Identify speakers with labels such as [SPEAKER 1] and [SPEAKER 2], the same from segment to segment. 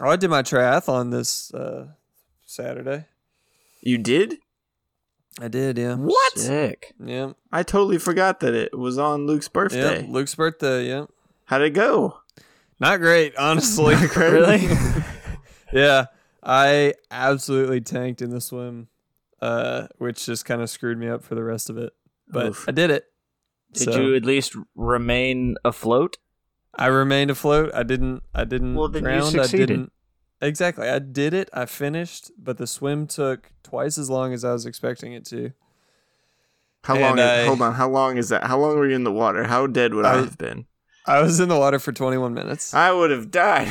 [SPEAKER 1] Oh, I did my triathlon this uh, Saturday.
[SPEAKER 2] You did?
[SPEAKER 1] I did, yeah.
[SPEAKER 2] What?
[SPEAKER 3] Sick.
[SPEAKER 1] Yeah.
[SPEAKER 2] I totally forgot that it was on Luke's
[SPEAKER 1] Yeah.
[SPEAKER 2] birthday.
[SPEAKER 1] Luke's birthday, yeah.
[SPEAKER 2] How'd it go?
[SPEAKER 1] Not great, honestly.
[SPEAKER 3] Really?
[SPEAKER 1] yeah. I absolutely tanked in the swim, uh, which just kind of screwed me up for the rest of it. But
[SPEAKER 2] Oof.
[SPEAKER 1] I did it.
[SPEAKER 3] Did
[SPEAKER 1] So,
[SPEAKER 3] you at least remain afloat?
[SPEAKER 1] I remained afloat. I didn't. I didn't.
[SPEAKER 3] Well, then you
[SPEAKER 1] drown. I
[SPEAKER 3] succeeded.
[SPEAKER 1] didn't. Exactly. I did it. I finished, but the swim took twice as long as I was expecting it to.
[SPEAKER 2] How
[SPEAKER 1] And
[SPEAKER 2] long?
[SPEAKER 1] I-
[SPEAKER 2] hold on. How long is that? How long were you in the water? How dead would I,
[SPEAKER 1] I-
[SPEAKER 2] have been?
[SPEAKER 1] I was in the water for 21 minutes.
[SPEAKER 2] I would have died.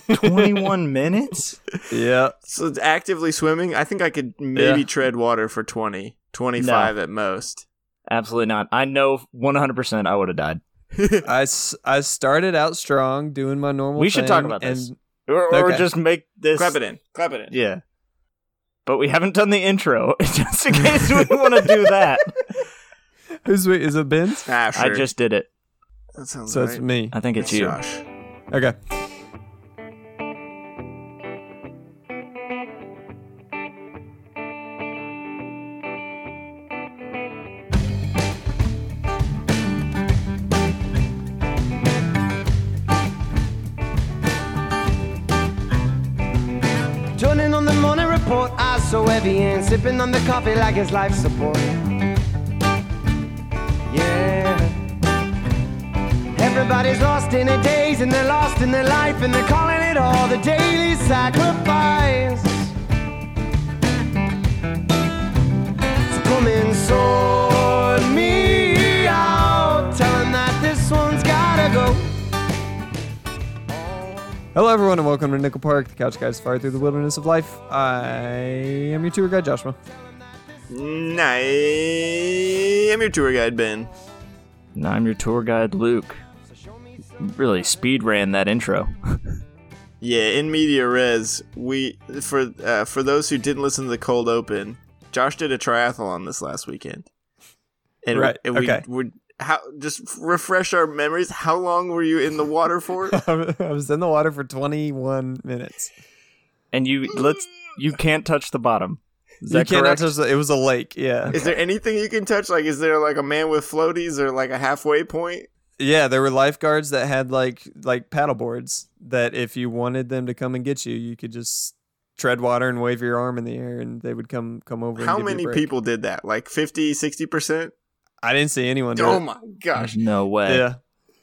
[SPEAKER 3] 21 minutes?
[SPEAKER 1] yeah.
[SPEAKER 2] so it's actively swimming, I think I could maybe
[SPEAKER 1] Yeah.
[SPEAKER 2] tread water for 20, 25 at most.
[SPEAKER 3] Absolutely not. I know 100% I would have died.
[SPEAKER 1] I, s- I started out strong doing my normal
[SPEAKER 3] We should talk
[SPEAKER 1] thing,
[SPEAKER 3] about this.
[SPEAKER 1] and-
[SPEAKER 3] Or, or
[SPEAKER 1] Okay.
[SPEAKER 3] just make this.
[SPEAKER 2] Clap it in. Clap it in.
[SPEAKER 3] Yeah. But we haven't done the intro, just in case we want to do that.
[SPEAKER 1] who's we? Is it Ben?
[SPEAKER 2] Ah,
[SPEAKER 3] I
[SPEAKER 2] sure.
[SPEAKER 3] just did it.
[SPEAKER 2] That sounds
[SPEAKER 1] So
[SPEAKER 2] right.
[SPEAKER 1] it's me.
[SPEAKER 3] I think it's you.
[SPEAKER 2] Josh.
[SPEAKER 1] Okay.
[SPEAKER 4] Turning on the morning report, eyes so heavy and sipping on the coffee like it's life support. Yeah. Everybody's lost in their days and they're lost in their life and they're calling it all the daily sacrifice. So come and sort me out, telling that this one's gotta go.
[SPEAKER 1] Hello, everyone, and welcome to Nickel Park, the Couch Guys Fire Through the Wilderness of Life. I am your tour guide, Joshua.
[SPEAKER 2] Mm, I am your tour guide, Ben.
[SPEAKER 3] And I'm your tour guide, Luke. Really speed ran that intro.
[SPEAKER 2] Yeah, in media res, we for uh, for those who didn't listen to the cold open, Josh did a triathlon this last weekend, and
[SPEAKER 1] Right,
[SPEAKER 2] We, and
[SPEAKER 1] okay.
[SPEAKER 2] we, we how just refresh our memories. How long were you in the water for?
[SPEAKER 1] I was in the water for 21 minutes.
[SPEAKER 3] And you let's you can't touch the bottom. Is
[SPEAKER 1] you
[SPEAKER 3] that
[SPEAKER 1] cannot
[SPEAKER 3] correct?
[SPEAKER 1] touch the, It was a lake, yeah.
[SPEAKER 2] Is there anything you can touch? Like, is there like a man with floaties or like a halfway point?
[SPEAKER 1] Yeah, there were lifeguards that had like like paddle boards that if you wanted them to come and get you, you could just tread water and wave your arm in the air and they would come come over and
[SPEAKER 2] How
[SPEAKER 1] give you a
[SPEAKER 2] many
[SPEAKER 1] break.
[SPEAKER 2] people did that? Like 50, 60 percent?
[SPEAKER 1] I didn't see anyone do
[SPEAKER 2] Oh
[SPEAKER 1] it.
[SPEAKER 2] my gosh!
[SPEAKER 3] no way.
[SPEAKER 1] Yeah.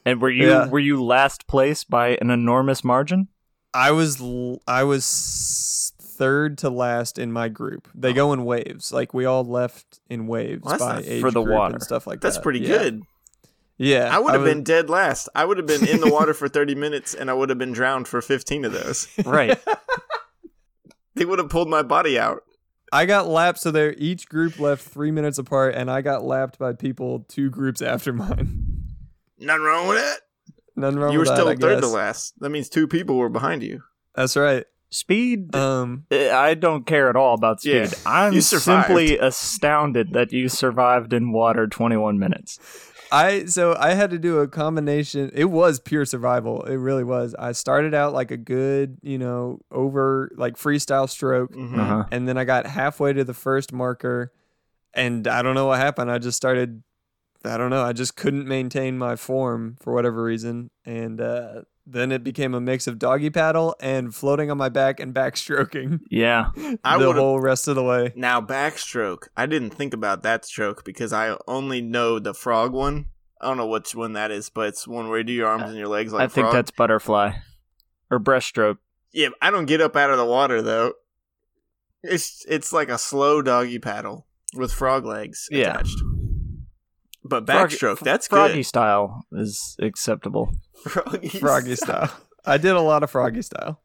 [SPEAKER 3] And were you
[SPEAKER 1] Yeah.
[SPEAKER 3] were you last place by an enormous margin?
[SPEAKER 1] I was l- I was s- third to last in my group. They go in waves. Like we all left in waves
[SPEAKER 2] Oh. Well, that's
[SPEAKER 1] by
[SPEAKER 2] not
[SPEAKER 1] age
[SPEAKER 3] for the
[SPEAKER 1] group
[SPEAKER 3] water.
[SPEAKER 1] and stuff like
[SPEAKER 2] That's
[SPEAKER 1] that.
[SPEAKER 2] pretty
[SPEAKER 1] Yeah.
[SPEAKER 2] good.
[SPEAKER 1] Yeah.
[SPEAKER 2] I would have
[SPEAKER 1] was-
[SPEAKER 2] been dead last. I would have been in the water for 30 minutes and I would have been drowned for 15 of those.
[SPEAKER 3] Right.
[SPEAKER 2] They would have pulled my body out.
[SPEAKER 1] I got lapped so there each group left 3 minutes apart and I got lapped by people two groups after mine.
[SPEAKER 2] Nothing wrong with that.
[SPEAKER 1] None wrong
[SPEAKER 2] You were
[SPEAKER 1] with that,
[SPEAKER 2] still
[SPEAKER 1] I
[SPEAKER 2] third to
[SPEAKER 1] guess.
[SPEAKER 2] last. That means two people were behind you.
[SPEAKER 1] That's right.
[SPEAKER 3] Speed
[SPEAKER 1] Um
[SPEAKER 3] Uh, I don't care at all about speed.
[SPEAKER 2] Yeah.
[SPEAKER 3] I'm
[SPEAKER 2] You survived.
[SPEAKER 3] simply astounded that you survived in water 21 minutes.
[SPEAKER 1] I so I had to do a combination. It was pure survival. It really was. I started out like a good, you know, over like freestyle stroke.
[SPEAKER 2] Mhm.
[SPEAKER 3] Uh-huh.
[SPEAKER 1] and then I got halfway to the first marker, and I don't know what happened. I just started, I don't know, I just couldn't maintain my form for whatever reason, and uh, then it became a mix of doggy paddle and floating on my back and backstroking
[SPEAKER 3] Yeah.
[SPEAKER 2] I
[SPEAKER 1] the
[SPEAKER 2] would have.
[SPEAKER 1] whole rest of the way.
[SPEAKER 2] Now, backstroke. I didn't think about that stroke because I only know the frog one. I don't know which one that is, but it's one where you do your arms and your legs like
[SPEAKER 3] I
[SPEAKER 2] a
[SPEAKER 3] think
[SPEAKER 2] frog.
[SPEAKER 3] that's butterfly or breaststroke.
[SPEAKER 2] Yeah, I don't get up out of the water though. It's it's like a slow doggy paddle with frog legs
[SPEAKER 3] Yeah.
[SPEAKER 2] attached. But
[SPEAKER 3] Frog-
[SPEAKER 2] backstroke, that's
[SPEAKER 3] froggy
[SPEAKER 2] good.
[SPEAKER 3] style is acceptable.
[SPEAKER 2] Froggy,
[SPEAKER 1] Froggy style. I did a lot of froggy style.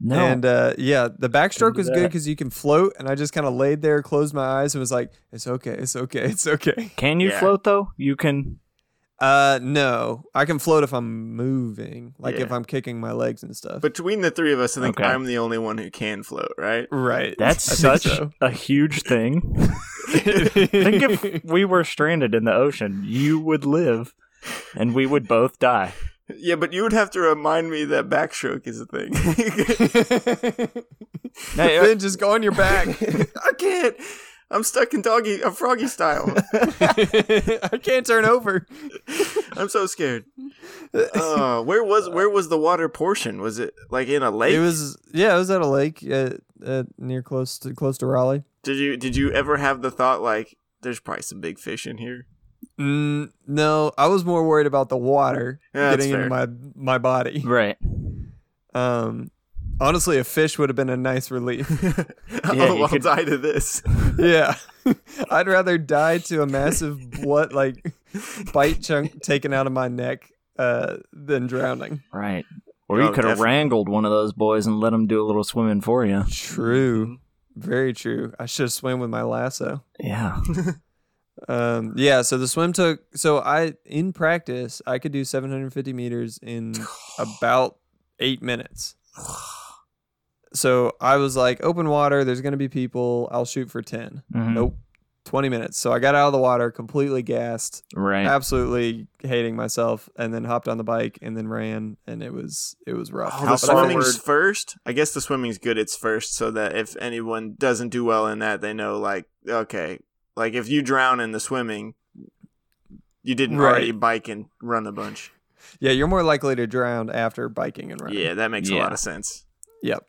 [SPEAKER 3] No.
[SPEAKER 1] And uh, yeah, the backstroke
[SPEAKER 3] do
[SPEAKER 1] was good
[SPEAKER 3] that.
[SPEAKER 1] because you can float, and I just kind of laid there, closed my eyes, and was like, "It's okay, it's okay, it's okay."
[SPEAKER 3] can you
[SPEAKER 2] Yeah.
[SPEAKER 3] float though? You can.
[SPEAKER 1] Uh, no, I can float if I'm moving, like
[SPEAKER 2] Yeah.
[SPEAKER 1] if I'm kicking my legs and stuff.
[SPEAKER 2] Between the three of us, I think
[SPEAKER 3] Okay.
[SPEAKER 2] I'm the only one who can float, right?
[SPEAKER 1] Right.
[SPEAKER 3] That's
[SPEAKER 1] I think
[SPEAKER 3] such
[SPEAKER 1] so.
[SPEAKER 3] a huge thing. think if we were stranded in the ocean, you would live and we would both die.
[SPEAKER 2] Yeah, but you would have to remind me that backstroke is a thing.
[SPEAKER 3] Now, uh,
[SPEAKER 1] Then just go on your back.
[SPEAKER 2] I can't. I'm stuck in doggy, uh, froggy style.
[SPEAKER 1] I can't turn over.
[SPEAKER 2] I'm so scared. Uh, where was where was the water portion? Was it like in a lake?
[SPEAKER 1] It was yeah, it was at a lake uh uh near close to close to Raleigh.
[SPEAKER 2] did you did you ever have the thought like there's probably some big fish in here?
[SPEAKER 1] Mm, no, I was more worried about the water
[SPEAKER 2] Yeah, that's
[SPEAKER 1] getting into my my body.
[SPEAKER 3] right.
[SPEAKER 1] Um, honestly, a fish would have been a nice relief.
[SPEAKER 2] oh,
[SPEAKER 3] you
[SPEAKER 2] I'll
[SPEAKER 3] could-
[SPEAKER 2] die to this.
[SPEAKER 1] yeah, I'd rather die to a massive blood like bite chunk taken out of my neck uh, than drowning.
[SPEAKER 3] Right. Or
[SPEAKER 2] Oh,
[SPEAKER 3] you could have
[SPEAKER 2] definitely.
[SPEAKER 3] wrangled one of those boys and let him do a little swimming for you.
[SPEAKER 1] True, very true. I should have swam with my lasso.
[SPEAKER 3] Yeah.
[SPEAKER 1] Um, yeah, so the swim took so I in practice I could do 750 meters in about eight minutes. So I was like, open water, there's gonna be people, I'll shoot for 10.
[SPEAKER 3] Mhm.
[SPEAKER 1] Nope. 20 minutes. So I got out of the water completely gassed,
[SPEAKER 3] Right.
[SPEAKER 1] absolutely hating myself, and then hopped on the bike and then ran and it was it was rough.
[SPEAKER 2] Oh, the
[SPEAKER 1] But I
[SPEAKER 2] swimming's
[SPEAKER 1] figured-
[SPEAKER 2] first. I guess the swimming's good. It's first, so that if anyone doesn't do well in that, they know like okay, like if you drown in the swimming, you didn't
[SPEAKER 1] Right.
[SPEAKER 2] already bike and run a bunch.
[SPEAKER 1] yeah, you're more likely to drown after biking and running.
[SPEAKER 2] Yeah, that makes a
[SPEAKER 3] Yeah.
[SPEAKER 2] lot of sense.
[SPEAKER 1] Yep.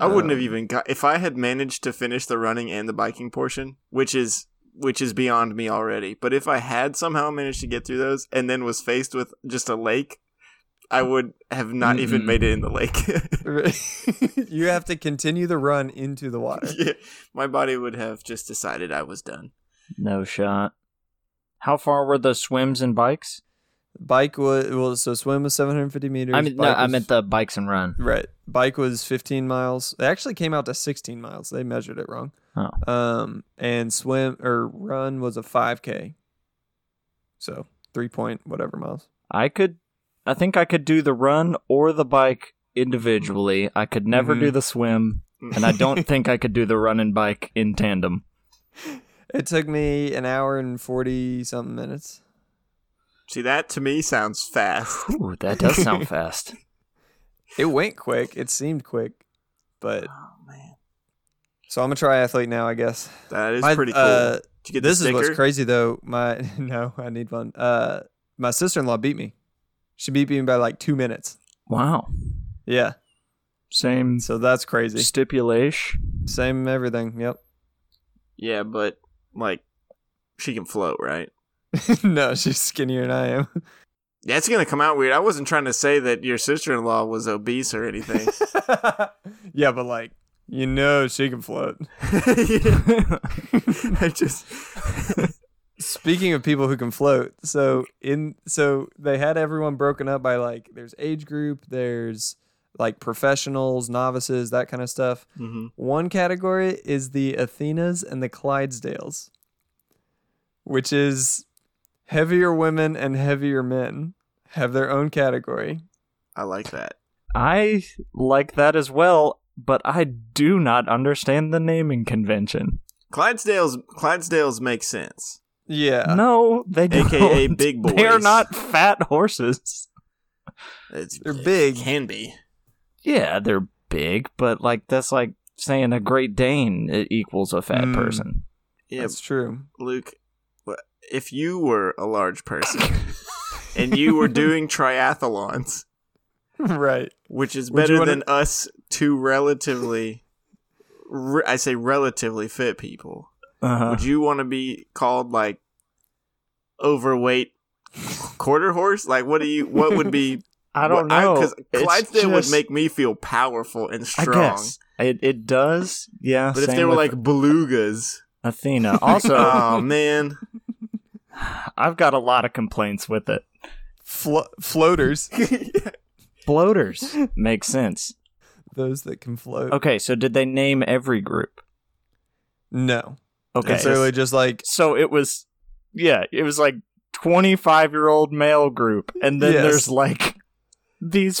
[SPEAKER 2] I wouldn't
[SPEAKER 1] Um,
[SPEAKER 2] have even got if I had managed to finish the running and the biking portion, which is which is beyond me already. But if I had somehow managed to get through those and then was faced with just a lake, I would have not even
[SPEAKER 3] Mm-mm.
[SPEAKER 2] made it in the lake.
[SPEAKER 1] you have to continue the run into the water.
[SPEAKER 2] Yeah, my body would have just decided I was done.
[SPEAKER 3] No shot. How far were the swims and bikes?
[SPEAKER 1] Bike was well, so swim was 750 meters.
[SPEAKER 3] I mean, no,
[SPEAKER 1] bike
[SPEAKER 3] I
[SPEAKER 1] was-
[SPEAKER 3] meant the bikes and run.
[SPEAKER 1] right. Bike was 15 miles. It actually came out to 16 miles. They measured it wrong.
[SPEAKER 3] Oh.
[SPEAKER 1] Um, and swim or run was a 5k. So three point whatever miles.
[SPEAKER 3] I could, I think I could do the run or the bike individually. I could never
[SPEAKER 1] Mhm.
[SPEAKER 3] do the swim, and I don't think I could do the run and bike in tandem.
[SPEAKER 1] It took me an hour and 40 something minutes.
[SPEAKER 2] See, that to me sounds fast.
[SPEAKER 3] Ooh, that does sound fast.
[SPEAKER 1] It went quick. It seemed quick, but
[SPEAKER 2] Oh man,
[SPEAKER 1] so I'm a triathlete now, I guess.
[SPEAKER 2] that is
[SPEAKER 1] My-
[SPEAKER 2] pretty cool.
[SPEAKER 1] uh,
[SPEAKER 2] Did you
[SPEAKER 1] this
[SPEAKER 2] get the
[SPEAKER 1] is
[SPEAKER 2] sticker?
[SPEAKER 1] what's crazy though. My no, I need one. Uh, my sister in law beat me. She beat me by like two minutes.
[SPEAKER 3] Wow.
[SPEAKER 1] Yeah,
[SPEAKER 3] Same
[SPEAKER 1] so that's crazy.
[SPEAKER 3] stipulation.
[SPEAKER 1] Same everything. Yep.
[SPEAKER 2] Yeah, but like, she can float, right?
[SPEAKER 1] no, she's skinnier than I am.
[SPEAKER 2] That's gonna come out weird. I wasn't trying to say that your sister-in-law was obese or anything.
[SPEAKER 1] yeah, but like you know, she can float.
[SPEAKER 2] I just
[SPEAKER 1] Speaking of people who can float, so in so they had everyone broken up by like there's age group, there's like professionals, novices, that kind of stuff.
[SPEAKER 2] Mm-hmm.
[SPEAKER 1] One category is the Athenas and the Clydesdales, which is heavier women and heavier men have their own category.
[SPEAKER 2] I like that.
[SPEAKER 3] I like that as well, but I do not understand the naming convention.
[SPEAKER 2] Clydesdales Clydesdales make sense.
[SPEAKER 1] Yeah.
[SPEAKER 3] no, they don't.
[SPEAKER 2] AKA big boys.
[SPEAKER 3] They are not fat horses.
[SPEAKER 2] It's,
[SPEAKER 1] They're big.
[SPEAKER 2] Can be.
[SPEAKER 3] Yeah, they're big, but like that's like saying a Great Dane i- equals a fat
[SPEAKER 1] Mm.
[SPEAKER 2] Hmm.
[SPEAKER 3] person.
[SPEAKER 2] Yeah,
[SPEAKER 1] That's true.
[SPEAKER 2] Luke. wh- If you were a large person and you were doing triathlons,
[SPEAKER 1] right.
[SPEAKER 2] which is
[SPEAKER 1] Would you
[SPEAKER 2] better
[SPEAKER 1] wanna-
[SPEAKER 2] than us two relatively, re- I say relatively fit people.
[SPEAKER 3] Uh-huh.
[SPEAKER 2] Would you want to be called like overweight quarter horse? Like, what do you? What would be?
[SPEAKER 3] I don't
[SPEAKER 2] what-
[SPEAKER 3] know.
[SPEAKER 2] Because
[SPEAKER 3] It's
[SPEAKER 2] Clydesdale would
[SPEAKER 3] just-
[SPEAKER 2] make me feel powerful and
[SPEAKER 3] I
[SPEAKER 2] strong.
[SPEAKER 3] guess it it does. Yeah,
[SPEAKER 2] But if
[SPEAKER 3] same
[SPEAKER 2] they were
[SPEAKER 3] with
[SPEAKER 2] like belugas,
[SPEAKER 3] Athena, also
[SPEAKER 2] oh man,
[SPEAKER 3] I've got a lot of complaints with it.
[SPEAKER 1] Flo- floaters,
[SPEAKER 3] Bloaters makes sense.
[SPEAKER 1] those that can float.
[SPEAKER 3] Okay, so did they name every group?
[SPEAKER 1] No.
[SPEAKER 3] Okay,
[SPEAKER 1] It's literally just like
[SPEAKER 3] so it was yeah it was like 25 year old male group and then
[SPEAKER 1] Yes.
[SPEAKER 3] there's like these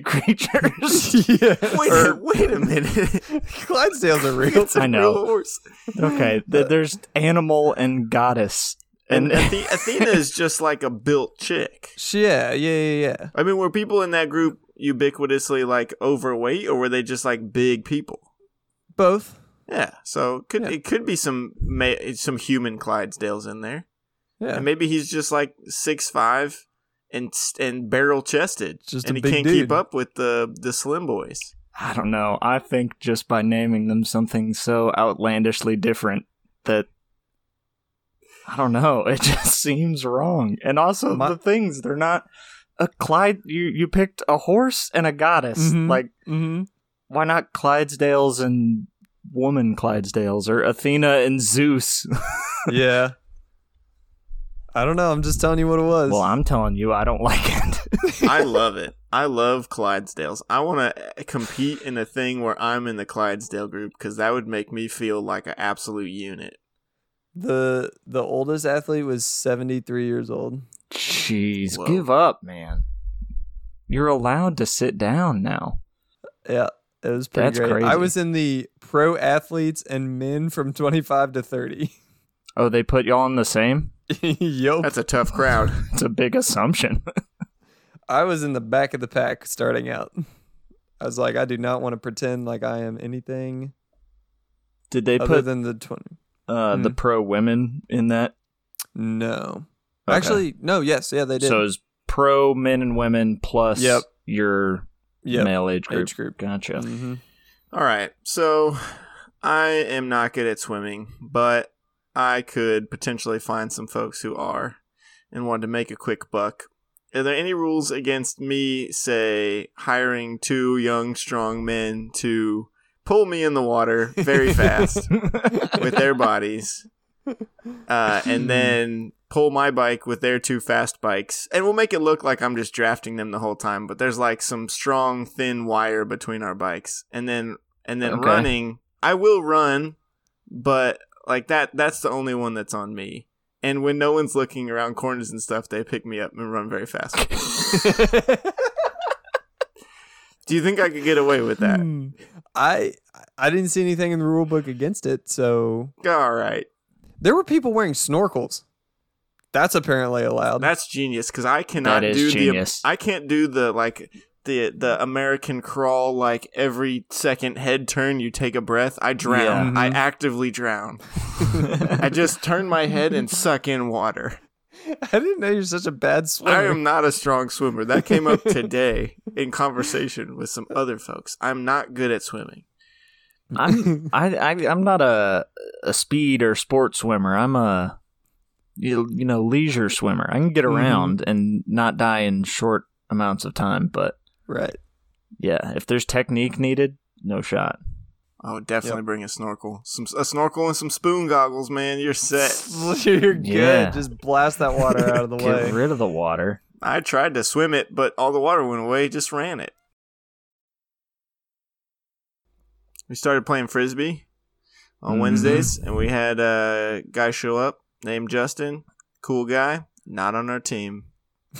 [SPEAKER 3] creatures
[SPEAKER 1] yeah.
[SPEAKER 2] wait,
[SPEAKER 1] Or-
[SPEAKER 2] a wait a minute.
[SPEAKER 1] Clydesdales are real.
[SPEAKER 2] It's a
[SPEAKER 3] I know.
[SPEAKER 2] real horse.
[SPEAKER 1] Uh,
[SPEAKER 3] okay th- there's animal and goddess
[SPEAKER 2] And Athe- Athena is just like a built chick.
[SPEAKER 1] Sh- Yeah, yeah, yeah, yeah.
[SPEAKER 2] I mean, were people in that group ubiquitously like overweight, or were they just like big people?
[SPEAKER 1] Both.
[SPEAKER 2] Yeah, so it could
[SPEAKER 1] Yeah.
[SPEAKER 2] it could be some ma- some human Clydesdales in there,
[SPEAKER 1] Yeah.
[SPEAKER 2] and maybe he's just like six five and s- and barrel chested,
[SPEAKER 1] Just a
[SPEAKER 2] and he
[SPEAKER 1] big
[SPEAKER 2] can't
[SPEAKER 1] dude.
[SPEAKER 2] keep up with the the slim boys.
[SPEAKER 3] I don't know. I think just by naming them something so outlandishly different that I don't know. It just seems wrong. And also
[SPEAKER 1] My-
[SPEAKER 3] the things they're not a Clyde. You you picked a horse and a goddess.
[SPEAKER 1] Mhm.
[SPEAKER 3] Like
[SPEAKER 1] Mm-hmm.
[SPEAKER 3] why not Clydesdales and woman Clydesdales or Athena and Zeus?
[SPEAKER 1] yeah. I don't know. I'm just telling you what it was.
[SPEAKER 3] well, I'm telling you, I don't like it.
[SPEAKER 2] I love it. I love Clydesdales. I want to compete in a thing where I'm in the Clydesdale group because that would make me feel like an absolute unit.
[SPEAKER 1] the the oldest athlete was 73 years old.
[SPEAKER 3] Jeez,
[SPEAKER 2] Whoa.
[SPEAKER 3] give up, man. You're allowed to sit down now.
[SPEAKER 1] Yeah, it was pretty
[SPEAKER 3] That's
[SPEAKER 1] great. I
[SPEAKER 3] crazy.
[SPEAKER 1] was in the pro athletes and men from 25 to 30.
[SPEAKER 3] Oh, they put y'all in the same?
[SPEAKER 1] Yo,
[SPEAKER 2] That's a tough crowd.
[SPEAKER 3] It's a big assumption.
[SPEAKER 1] I was in the back of the pack starting out. I was like, I do not want to pretend like I am anything
[SPEAKER 3] Did they
[SPEAKER 1] other
[SPEAKER 3] put
[SPEAKER 1] than Hmm. the 20.
[SPEAKER 3] uh, the pro women in that?
[SPEAKER 1] No,
[SPEAKER 3] Okay.
[SPEAKER 1] actually, no. Yes, yeah, they did.
[SPEAKER 3] so it's pro men and women plus
[SPEAKER 1] Yep.
[SPEAKER 3] your
[SPEAKER 1] Yep.
[SPEAKER 3] male age group.
[SPEAKER 1] Age group.
[SPEAKER 3] Gotcha.
[SPEAKER 2] Mm-hmm.
[SPEAKER 1] Mhm.
[SPEAKER 2] All right. So I am not good at swimming, but I could potentially find some folks who are and wanted to make a quick buck. Are there any rules against me, say, hiring two young, strong men to pull me in the water very fast with their bodies uh, and then pull my bike with their two fast bikes? And we'll make it look like I'm just drafting them the whole time, but there's like some strong, thin wire between our bikes. And then, and then
[SPEAKER 3] Okay.
[SPEAKER 2] running, I will run, but like that, that's the only one that's on me. And when no one's looking around corners and stuff, they pick me up and run very fast. Do you think I could get away with that?
[SPEAKER 1] Hmm. I I didn't see anything in the rule book against it, so
[SPEAKER 2] All right.
[SPEAKER 1] there were people wearing snorkels. That's apparently allowed.
[SPEAKER 2] That's genius cuz I cannot
[SPEAKER 3] That is
[SPEAKER 2] do
[SPEAKER 3] genius.
[SPEAKER 2] the I can't do the like the the American crawl like every second head turn you take a breath. I drown.
[SPEAKER 1] Yeah.
[SPEAKER 2] I actively drown. I just turn my head and suck in water.
[SPEAKER 1] I didn't know you're such a bad swimmer.
[SPEAKER 2] I am not a strong swimmer. That came up today in conversation with some other folks. I'm not good at swimming.
[SPEAKER 3] I'm I, I I'm not a a speed or sport swimmer. I'm a you, you know leisure swimmer. I can get
[SPEAKER 1] Mm-hmm.
[SPEAKER 3] around and not die in short amounts of time. But
[SPEAKER 1] right.
[SPEAKER 3] yeah, if there's technique needed, no shot.
[SPEAKER 2] Oh, definitely bring a snorkel. Some a snorkel and some spoon goggles, man. You're set.
[SPEAKER 1] You're good.
[SPEAKER 3] Yeah.
[SPEAKER 1] Just blast that water out of the
[SPEAKER 3] Get
[SPEAKER 1] way.
[SPEAKER 3] rid of the water.
[SPEAKER 2] I tried to swim it, but all the water went away. Just ran it. We started playing frisbee on
[SPEAKER 3] Mhm.
[SPEAKER 2] Wednesdays, and we had a guy show up named Justin. Cool guy, not on our team.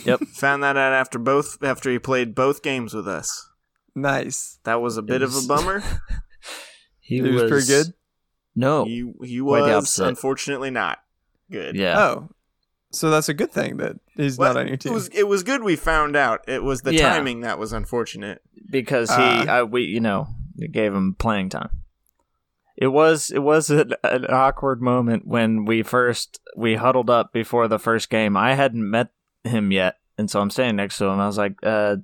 [SPEAKER 3] Yep.
[SPEAKER 2] Found that out after both after he played both games with us.
[SPEAKER 1] Nice.
[SPEAKER 2] That was a bit of
[SPEAKER 3] was-
[SPEAKER 2] a bummer.
[SPEAKER 3] He
[SPEAKER 1] It was, pretty good.
[SPEAKER 3] No.
[SPEAKER 2] he he
[SPEAKER 3] quite Oh, the
[SPEAKER 2] was
[SPEAKER 3] opposite.
[SPEAKER 2] unfortunately not good.
[SPEAKER 3] yeah.
[SPEAKER 1] Oh, so that's a good thing that he's
[SPEAKER 2] Well,
[SPEAKER 1] not on your
[SPEAKER 2] It
[SPEAKER 1] team.
[SPEAKER 2] was it was good. We found out it was the
[SPEAKER 3] Yeah.
[SPEAKER 2] timing that was unfortunate.
[SPEAKER 3] because he
[SPEAKER 1] Uh,
[SPEAKER 3] I, we you know it gave him playing time. It was it was an, an awkward moment when we first we huddled up before the first game. I hadn't met him yet, and so I'm standing next to him. I was like, uh,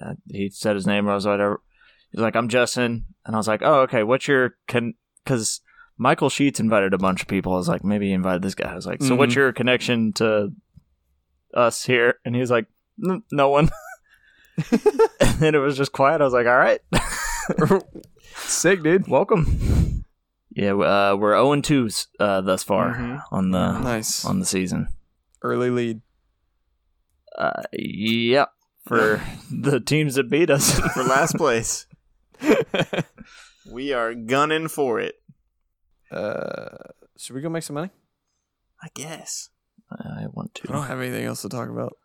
[SPEAKER 3] uh, he said his name. I was like, uh, he's like, I'm Justin, and I was like, oh okay, what's your con? Because Michael Sheets invited a bunch of people. I was like, maybe he invited this guy. I was like, so what's
[SPEAKER 1] Mhm.
[SPEAKER 3] your connection to us here? And he was like, "N- no one. and then it was just quiet. I was like, all right,
[SPEAKER 1] Sick, dude.
[SPEAKER 3] welcome. Yeah, uh, we're 0 2 uh, thus far
[SPEAKER 2] Mhm.
[SPEAKER 3] on the
[SPEAKER 1] Nice.
[SPEAKER 3] Uh, on the season.
[SPEAKER 1] Early lead.
[SPEAKER 3] Uh, yep, for the teams that beat us.
[SPEAKER 2] for last place. we are gunning for it.
[SPEAKER 1] Uh, should we go make some money?
[SPEAKER 2] I guess.
[SPEAKER 3] I want
[SPEAKER 1] I don't
[SPEAKER 3] to.
[SPEAKER 1] have anything else to talk about.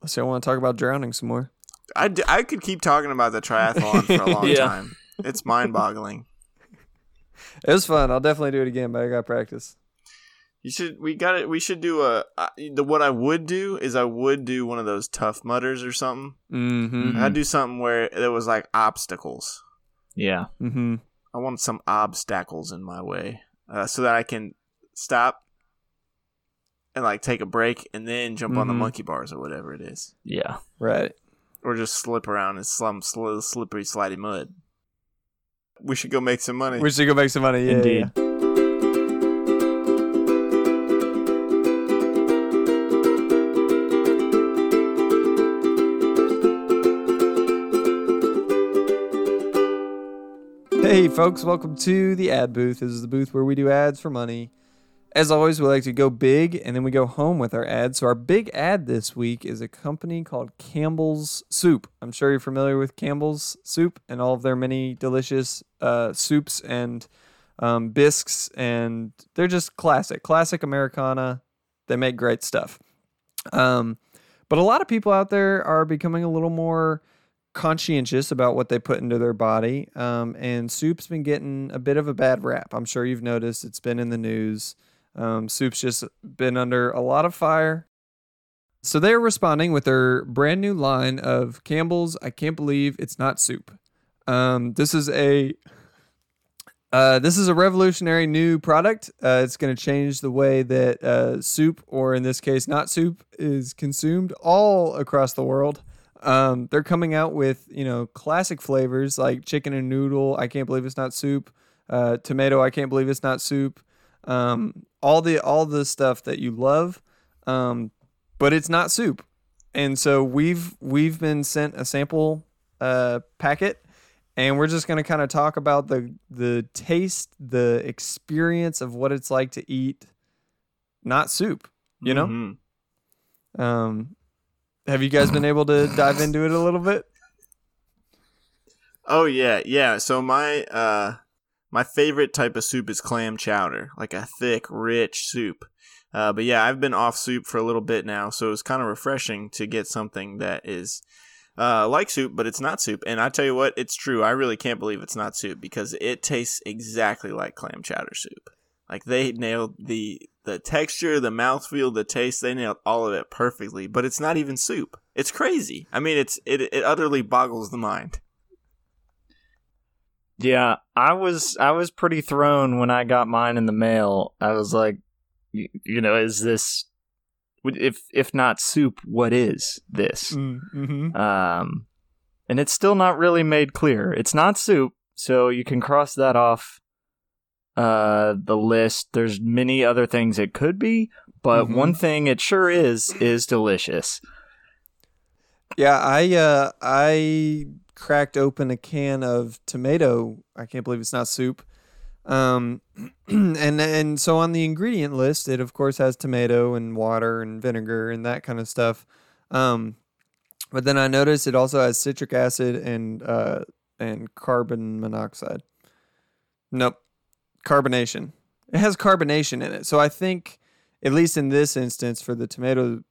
[SPEAKER 1] Let's see, I want to talk about drowning some more.
[SPEAKER 2] I, d- I could keep talking about the triathlon for a long
[SPEAKER 3] Yeah.
[SPEAKER 2] time. It's mind boggling.
[SPEAKER 1] It was fun. I'll definitely do it again, but I got practice.
[SPEAKER 2] You should. We got it. We should do a. I- The what I would do is I would do one of those tough mutters or something.
[SPEAKER 1] Mm-hmm.
[SPEAKER 3] Mhm.
[SPEAKER 2] I'd do something where there was like obstacles.
[SPEAKER 3] Yeah.
[SPEAKER 1] Mm-hmm.
[SPEAKER 2] I want some obstacles in my way uh, so that I can stop and like take a break and then jump on the
[SPEAKER 1] Mhm.
[SPEAKER 2] monkey bars or whatever it is,
[SPEAKER 3] Yeah.
[SPEAKER 1] Right.
[SPEAKER 2] or just slip around in slum sl- slippery slidey mud. We should go make some money.
[SPEAKER 1] We should go make some money. Yeah,
[SPEAKER 3] Indeed.
[SPEAKER 1] yeah. Hey, folks, welcome to the ad booth. This is the booth where we do ads for money. As always, we like to go big and then we go home with our ads. So, our big ad this week is a company called Campbell's Soup. I'm sure you're familiar with Campbell's Soup and all of their many delicious uh, soups and um, bisques. And they're just classic, classic Americana. They make great stuff. Um, but a lot of people out there are becoming a little more conscientious about what they put into their body. Um, and soup's been getting a bit of a bad rap. I'm sure you've noticed it's been in the news. Um, soup's just been under a lot of fire. So they're responding with their brand new line of Campbell's I Can't Believe It's Not Soup. Um, this is a uh, this is a revolutionary new product. Uh, it's going to change the way that uh, soup, or in this case, not soup, is consumed all across the world. Um, they're coming out with you know classic flavors like chicken and noodle. I can't believe it's not soup. Uh, tomato. I can't believe it's not soup. Um, all the all the stuff that you love, um, but it's not soup. And so we've we've been sent a sample uh, packet and we're just going to kind of talk about the the taste, the experience of what it's like to eat not soup, you know?
[SPEAKER 2] Mhm.
[SPEAKER 1] Um have you guys been able to dive into it a little bit?
[SPEAKER 2] Oh yeah, yeah. So my uh my favorite type of soup is clam chowder, like a thick, rich soup. Uh, but yeah, I've been off soup for a little bit now, so it's kind of refreshing to get something that is uh, like soup, but it's not soup. And I tell you what, it's true. I really can't believe it's not soup because it tastes exactly like clam chowder soup. Like they nailed the the texture, the mouthfeel, the taste. They nailed all of it perfectly. But it's not even soup. It's crazy. I mean, it's it it utterly boggles the mind.
[SPEAKER 3] Yeah, I was I was pretty thrown when I got mine in the mail. I was like, y- you know, is this if if not soup, what is this?
[SPEAKER 1] Mm-hmm.
[SPEAKER 3] Um, and it's still not really made clear. It's not soup, so you can cross that off uh the list. There's many other things it could be, but
[SPEAKER 1] Mhm.
[SPEAKER 3] one thing it sure is is delicious.
[SPEAKER 1] Yeah, I uh I cracked open a can of tomato. I can't believe it's not soup. Um and and so on the ingredient list, it of course has tomato and water and vinegar and that kind of stuff. Um but then I noticed it also has citric acid and uh and carbon monoxide. Nope. Carbonation. It has carbonation in it. So I think at least in this instance for the tomato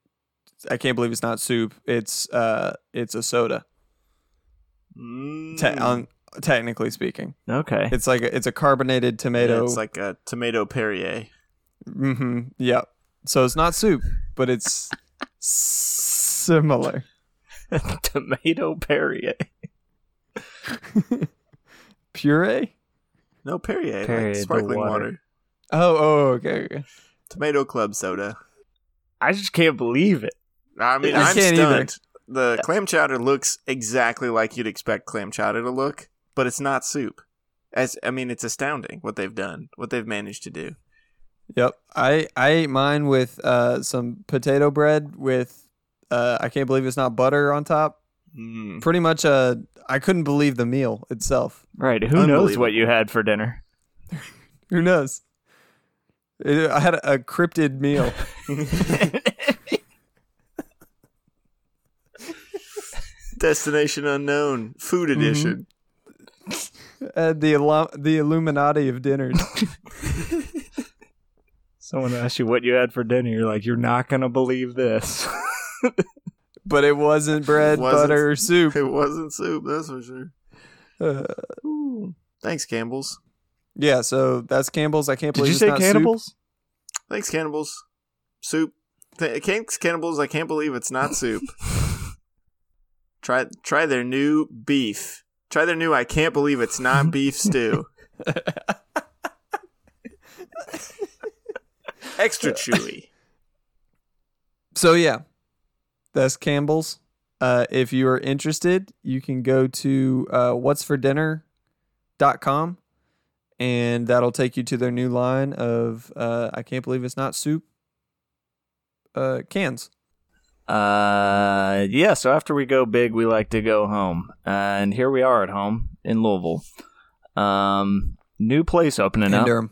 [SPEAKER 1] I can't believe it's not soup. It's uh, it's a soda. Te-
[SPEAKER 2] Mm.
[SPEAKER 1] on, technically speaking,
[SPEAKER 3] Okay.
[SPEAKER 1] it's like a, it's a carbonated tomato.
[SPEAKER 2] Yeah, it's like a tomato Perrier.
[SPEAKER 1] mm-hmm, yep. So it's not soup, but it's similar.
[SPEAKER 3] Tomato Perrier.
[SPEAKER 1] Puree.
[SPEAKER 2] No Perrier,
[SPEAKER 3] Perrier,
[SPEAKER 2] like
[SPEAKER 3] the
[SPEAKER 2] sparkling water.
[SPEAKER 3] water.
[SPEAKER 1] Oh, oh, okay, okay.
[SPEAKER 2] tomato club soda.
[SPEAKER 3] I just can't believe it.
[SPEAKER 2] I mean,
[SPEAKER 1] I
[SPEAKER 2] I'm
[SPEAKER 1] can't either.
[SPEAKER 2] stunned. The clam chowder looks exactly like you'd expect clam chowder to look, but it's not soup. As I mean, it's astounding what they've done, what they've managed to do.
[SPEAKER 1] Yep. I I ate mine with uh, some potato bread with uh, I can't believe it's not butter on top.
[SPEAKER 2] Mm.
[SPEAKER 1] Pretty much, uh, I couldn't believe the meal itself.
[SPEAKER 3] Right. Who knows what you had for dinner?
[SPEAKER 1] Who knows? It, I had a, a cryptid meal.
[SPEAKER 2] Destination unknown, food edition.
[SPEAKER 1] uh, the Illu- the Illuminati of dinners.
[SPEAKER 3] Someone asks you what you had for dinner, you're like, you're not gonna believe this.
[SPEAKER 1] but it wasn't bread,
[SPEAKER 2] It wasn't-
[SPEAKER 1] butter, or soup.
[SPEAKER 2] It wasn't soup, that's for sure.
[SPEAKER 1] Uh,
[SPEAKER 2] Ooh. Thanks, Campbell's.
[SPEAKER 1] yeah, so that's Campbell's. I can't
[SPEAKER 3] Did
[SPEAKER 1] believe
[SPEAKER 3] you
[SPEAKER 1] it's
[SPEAKER 3] say
[SPEAKER 1] not soup.
[SPEAKER 3] cannibals?
[SPEAKER 2] Thanks, cannibals. Soup. Th- thanks, cannibals. I can't believe it's not soup. try try their new beef. Try their new. I can't believe it's not beef stew. Extra chewy.
[SPEAKER 1] So yeah, that's Campbell's. Uh, if you are interested, you can go to uh, what'sfordinner.com and that'll take you to their new line of uh, I can't believe it's not soup uh, cans.
[SPEAKER 3] Uh, yeah. So after we go big, we like to go home, uh, and here we are at home in Louisville. Um, new place opening
[SPEAKER 1] And
[SPEAKER 3] up.
[SPEAKER 1] Durham.
[SPEAKER 3] uh,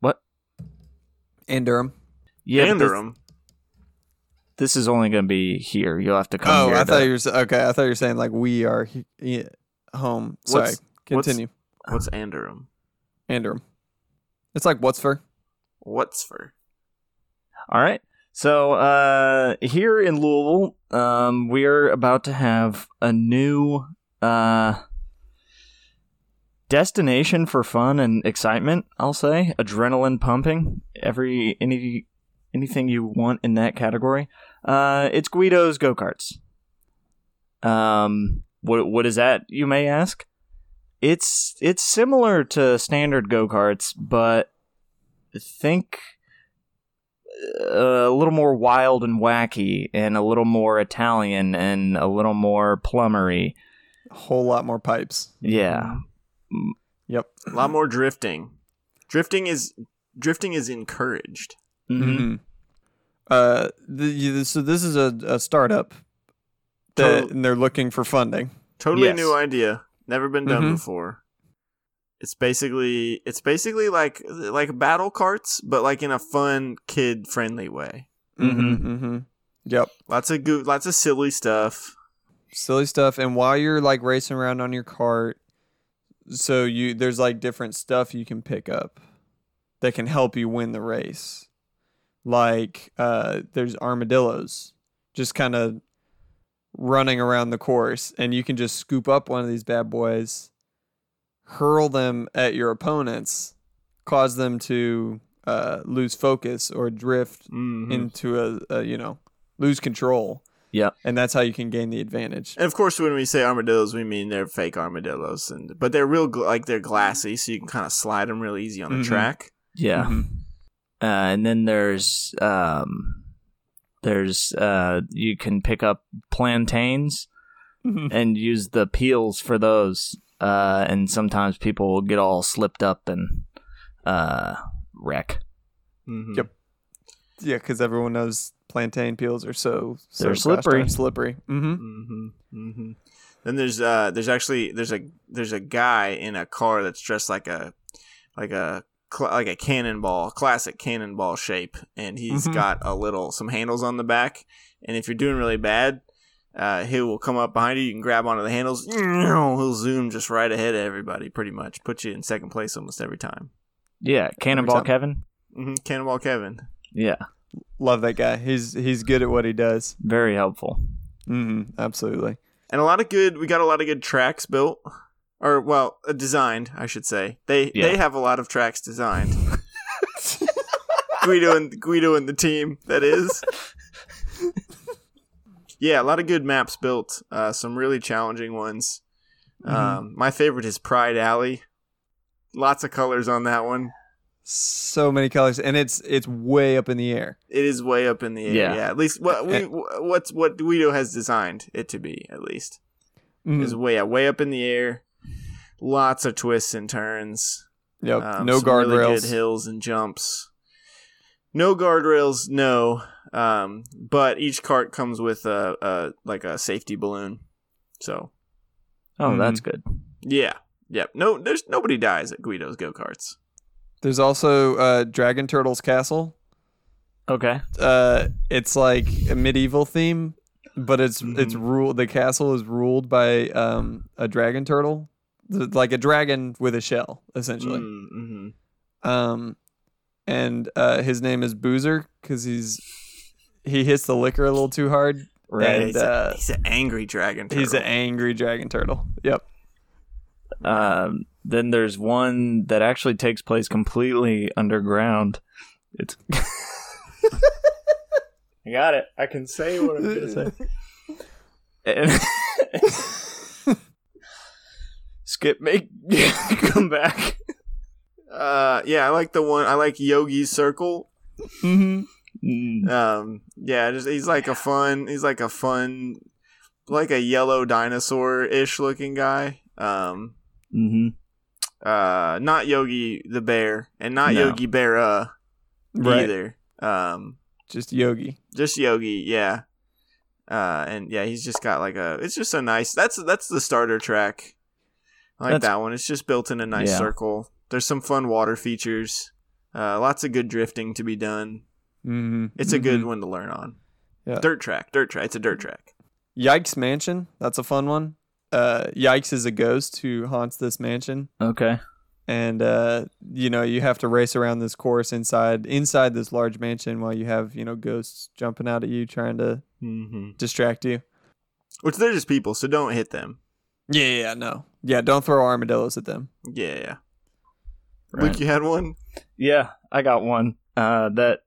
[SPEAKER 3] What?
[SPEAKER 1] And Durham.
[SPEAKER 3] Yeah,
[SPEAKER 2] and
[SPEAKER 3] but this,
[SPEAKER 2] Durham.
[SPEAKER 3] this is only going to be here. You'll have to come.
[SPEAKER 1] Oh,
[SPEAKER 3] here
[SPEAKER 1] I
[SPEAKER 3] to-
[SPEAKER 1] thought you were s- okay. I thought you were saying like we are he- he- home. Sorry,
[SPEAKER 2] What's- what's-
[SPEAKER 1] continue.
[SPEAKER 2] What's and Durham?
[SPEAKER 1] And Durham. It's like what's for?
[SPEAKER 2] What's for?
[SPEAKER 3] All right. So uh, here in Louisville, um, we are about to have a new uh, destination for fun and excitement. I'll say adrenaline pumping. Every any anything you want in that category. Uh, it's Guido's go karts. Um, what what is that? You may ask. It's it's similar to standard go karts, but think a little more wild and wacky and a little more Italian and a little more plumbery.
[SPEAKER 1] A whole lot more pipes.
[SPEAKER 3] Yeah.
[SPEAKER 1] Yep.
[SPEAKER 2] A lot more drifting. Drifting is drifting is encouraged.
[SPEAKER 1] Mm-hmm. Uh, the, you- so this is a, a startup that
[SPEAKER 2] Total-
[SPEAKER 1] and they're looking for funding.
[SPEAKER 2] Totally
[SPEAKER 3] Yes.
[SPEAKER 2] new idea. Never been done
[SPEAKER 1] Mhm.
[SPEAKER 2] before. It's basically it's basically like like battle carts, but like in a fun kid friendly way.
[SPEAKER 3] Mhm.
[SPEAKER 1] Mm-hmm. Yep.
[SPEAKER 2] Lots of goo lots of silly stuff.
[SPEAKER 1] Silly stuff. And while you're like racing around on your cart, so you there's like different stuff you can pick up that can help you win the race. Like uh, there's armadillos, just kind of running around the course, and you can just scoop up one of these bad boys, hurl them at your opponents, cause them to uh, lose focus or drift
[SPEAKER 2] Mhm.
[SPEAKER 1] into a, a you know lose control.
[SPEAKER 3] Yeah.
[SPEAKER 1] and that's how you can gain the advantage.
[SPEAKER 2] And of course, when we say armadillos, we mean they're fake armadillos, and but they're real gl- like they're glassy, so you can kind of slide them real easy on the
[SPEAKER 1] Mhm.
[SPEAKER 2] track.
[SPEAKER 3] Yeah.
[SPEAKER 1] Mhm.
[SPEAKER 3] Uh, and then there's um there's uh you can pick up plantains
[SPEAKER 1] Mhm.
[SPEAKER 3] and use the peels for those. Uh and sometimes people will get all slipped up and uh wreck.
[SPEAKER 2] Mhm.
[SPEAKER 1] Yep. Yeah, because everyone knows plantain peels are so, so
[SPEAKER 3] They're
[SPEAKER 1] gosh darn
[SPEAKER 3] slippery.
[SPEAKER 1] slippery. Mm-hmm.
[SPEAKER 2] hmm hmm Then there's uh there's actually there's a there's a guy in a car that's dressed like a like a cl- like a cannonball, classic cannonball shape, and he's
[SPEAKER 1] Mhm.
[SPEAKER 2] got a little some handles on the back, and if you're doing really bad. Uh, he will come up behind you. You can grab onto the handles. He'll zoom just right ahead of everybody, pretty much. Put you in second place almost every time.
[SPEAKER 3] Yeah, Cannonball
[SPEAKER 1] time.
[SPEAKER 3] Kevin.
[SPEAKER 2] hmm Cannonball Kevin.
[SPEAKER 3] Yeah,
[SPEAKER 1] Love that guy. He's he's good at what he does.
[SPEAKER 3] very helpful.
[SPEAKER 1] Mm-hmm. Absolutely.
[SPEAKER 2] and a lot of good we got a lot of good tracks built or well uh, designed i should say they
[SPEAKER 3] Yeah.
[SPEAKER 2] they have a lot of tracks designed guido and guido and the team that is yeah a lot of good maps built uh, some really challenging ones um, my favorite is pride alley lots of colors on that one
[SPEAKER 1] So many colors, and it's it's way up in the air.
[SPEAKER 2] it is way up in the air yeah,
[SPEAKER 3] Yeah.
[SPEAKER 2] at least what we,
[SPEAKER 1] Eh.
[SPEAKER 2] what's what guido has designed it to be at least
[SPEAKER 3] Mm-hmm.
[SPEAKER 1] Mhm.
[SPEAKER 2] is way way up in the air. Lots of twists and turns.
[SPEAKER 1] Yep.
[SPEAKER 2] Um,
[SPEAKER 1] Oh, no
[SPEAKER 2] some really
[SPEAKER 1] guardrails.
[SPEAKER 2] good hills and jumps. No guardrails. No. Um, but each cart comes with a, a like a safety balloon. So
[SPEAKER 3] Oh,
[SPEAKER 1] Mhm.
[SPEAKER 3] that's good.
[SPEAKER 2] yeah, yep. No, there's nobody dies at Guido's go karts.
[SPEAKER 1] There's also uh, Dragon Turtle's castle.
[SPEAKER 3] Okay.
[SPEAKER 1] Uh, it's like a medieval theme, but it's
[SPEAKER 3] Mm-hmm.
[SPEAKER 1] it's
[SPEAKER 2] Mhm.
[SPEAKER 1] ruled. The castle is ruled by um, a dragon turtle, Th- like a dragon with a shell, essentially.
[SPEAKER 2] Mm-hmm.
[SPEAKER 1] Um, and uh, his name is Boozer because he's he hits the liquor a little too hard.
[SPEAKER 3] Right.
[SPEAKER 1] And,
[SPEAKER 2] he's, a-
[SPEAKER 1] uh,
[SPEAKER 2] he's an angry dragon. Turtle.
[SPEAKER 1] He's an angry dragon turtle. Yep.
[SPEAKER 3] Um, then there's one that actually takes place completely underground It's. I got it. I can say what I'm gonna say. And- Skip, make come back.
[SPEAKER 2] Uh, yeah, I like the one. I like Yogi's Circle.
[SPEAKER 3] Mm.
[SPEAKER 2] Um, yeah, just he's like a fun. He's like a fun, like a yellow dinosaur ish looking guy. Um,
[SPEAKER 3] hmm
[SPEAKER 2] uh, not Yogi the bear, and not
[SPEAKER 3] No.
[SPEAKER 2] Yogi Berra
[SPEAKER 1] Right.
[SPEAKER 2] either. Um,
[SPEAKER 1] Just Yogi.
[SPEAKER 2] just Yogi, yeah. Uh, and yeah, he's just got like a. It's just a nice. That's that's the starter track. I like
[SPEAKER 3] That's-
[SPEAKER 2] that one. It's just built in a nice
[SPEAKER 3] Yeah.
[SPEAKER 2] circle. There's some fun water features. Uh, lots of good drifting to be done.
[SPEAKER 1] Mm-hmm.
[SPEAKER 2] It's a good one to learn on.
[SPEAKER 1] Yeah.
[SPEAKER 2] Dirt track, dirt track. It's a dirt track.
[SPEAKER 1] Mm-hmm. Yikes Mansion. That's a fun one. Uh, Yikes is a ghost who haunts this mansion,
[SPEAKER 3] Okay.
[SPEAKER 1] and uh, you know you have to race around this course inside inside this large mansion while you have you know ghosts jumping out at you trying to
[SPEAKER 2] Mm-hmm.
[SPEAKER 1] distract you.
[SPEAKER 2] Which they're just people, so don't hit them.
[SPEAKER 1] Yeah, yeah, yeah, no, yeah. Don't throw armadillos at them.
[SPEAKER 2] Yeah, yeah.
[SPEAKER 3] Right.
[SPEAKER 2] Luke, you had one.
[SPEAKER 3] Yeah, I got one. Uh, that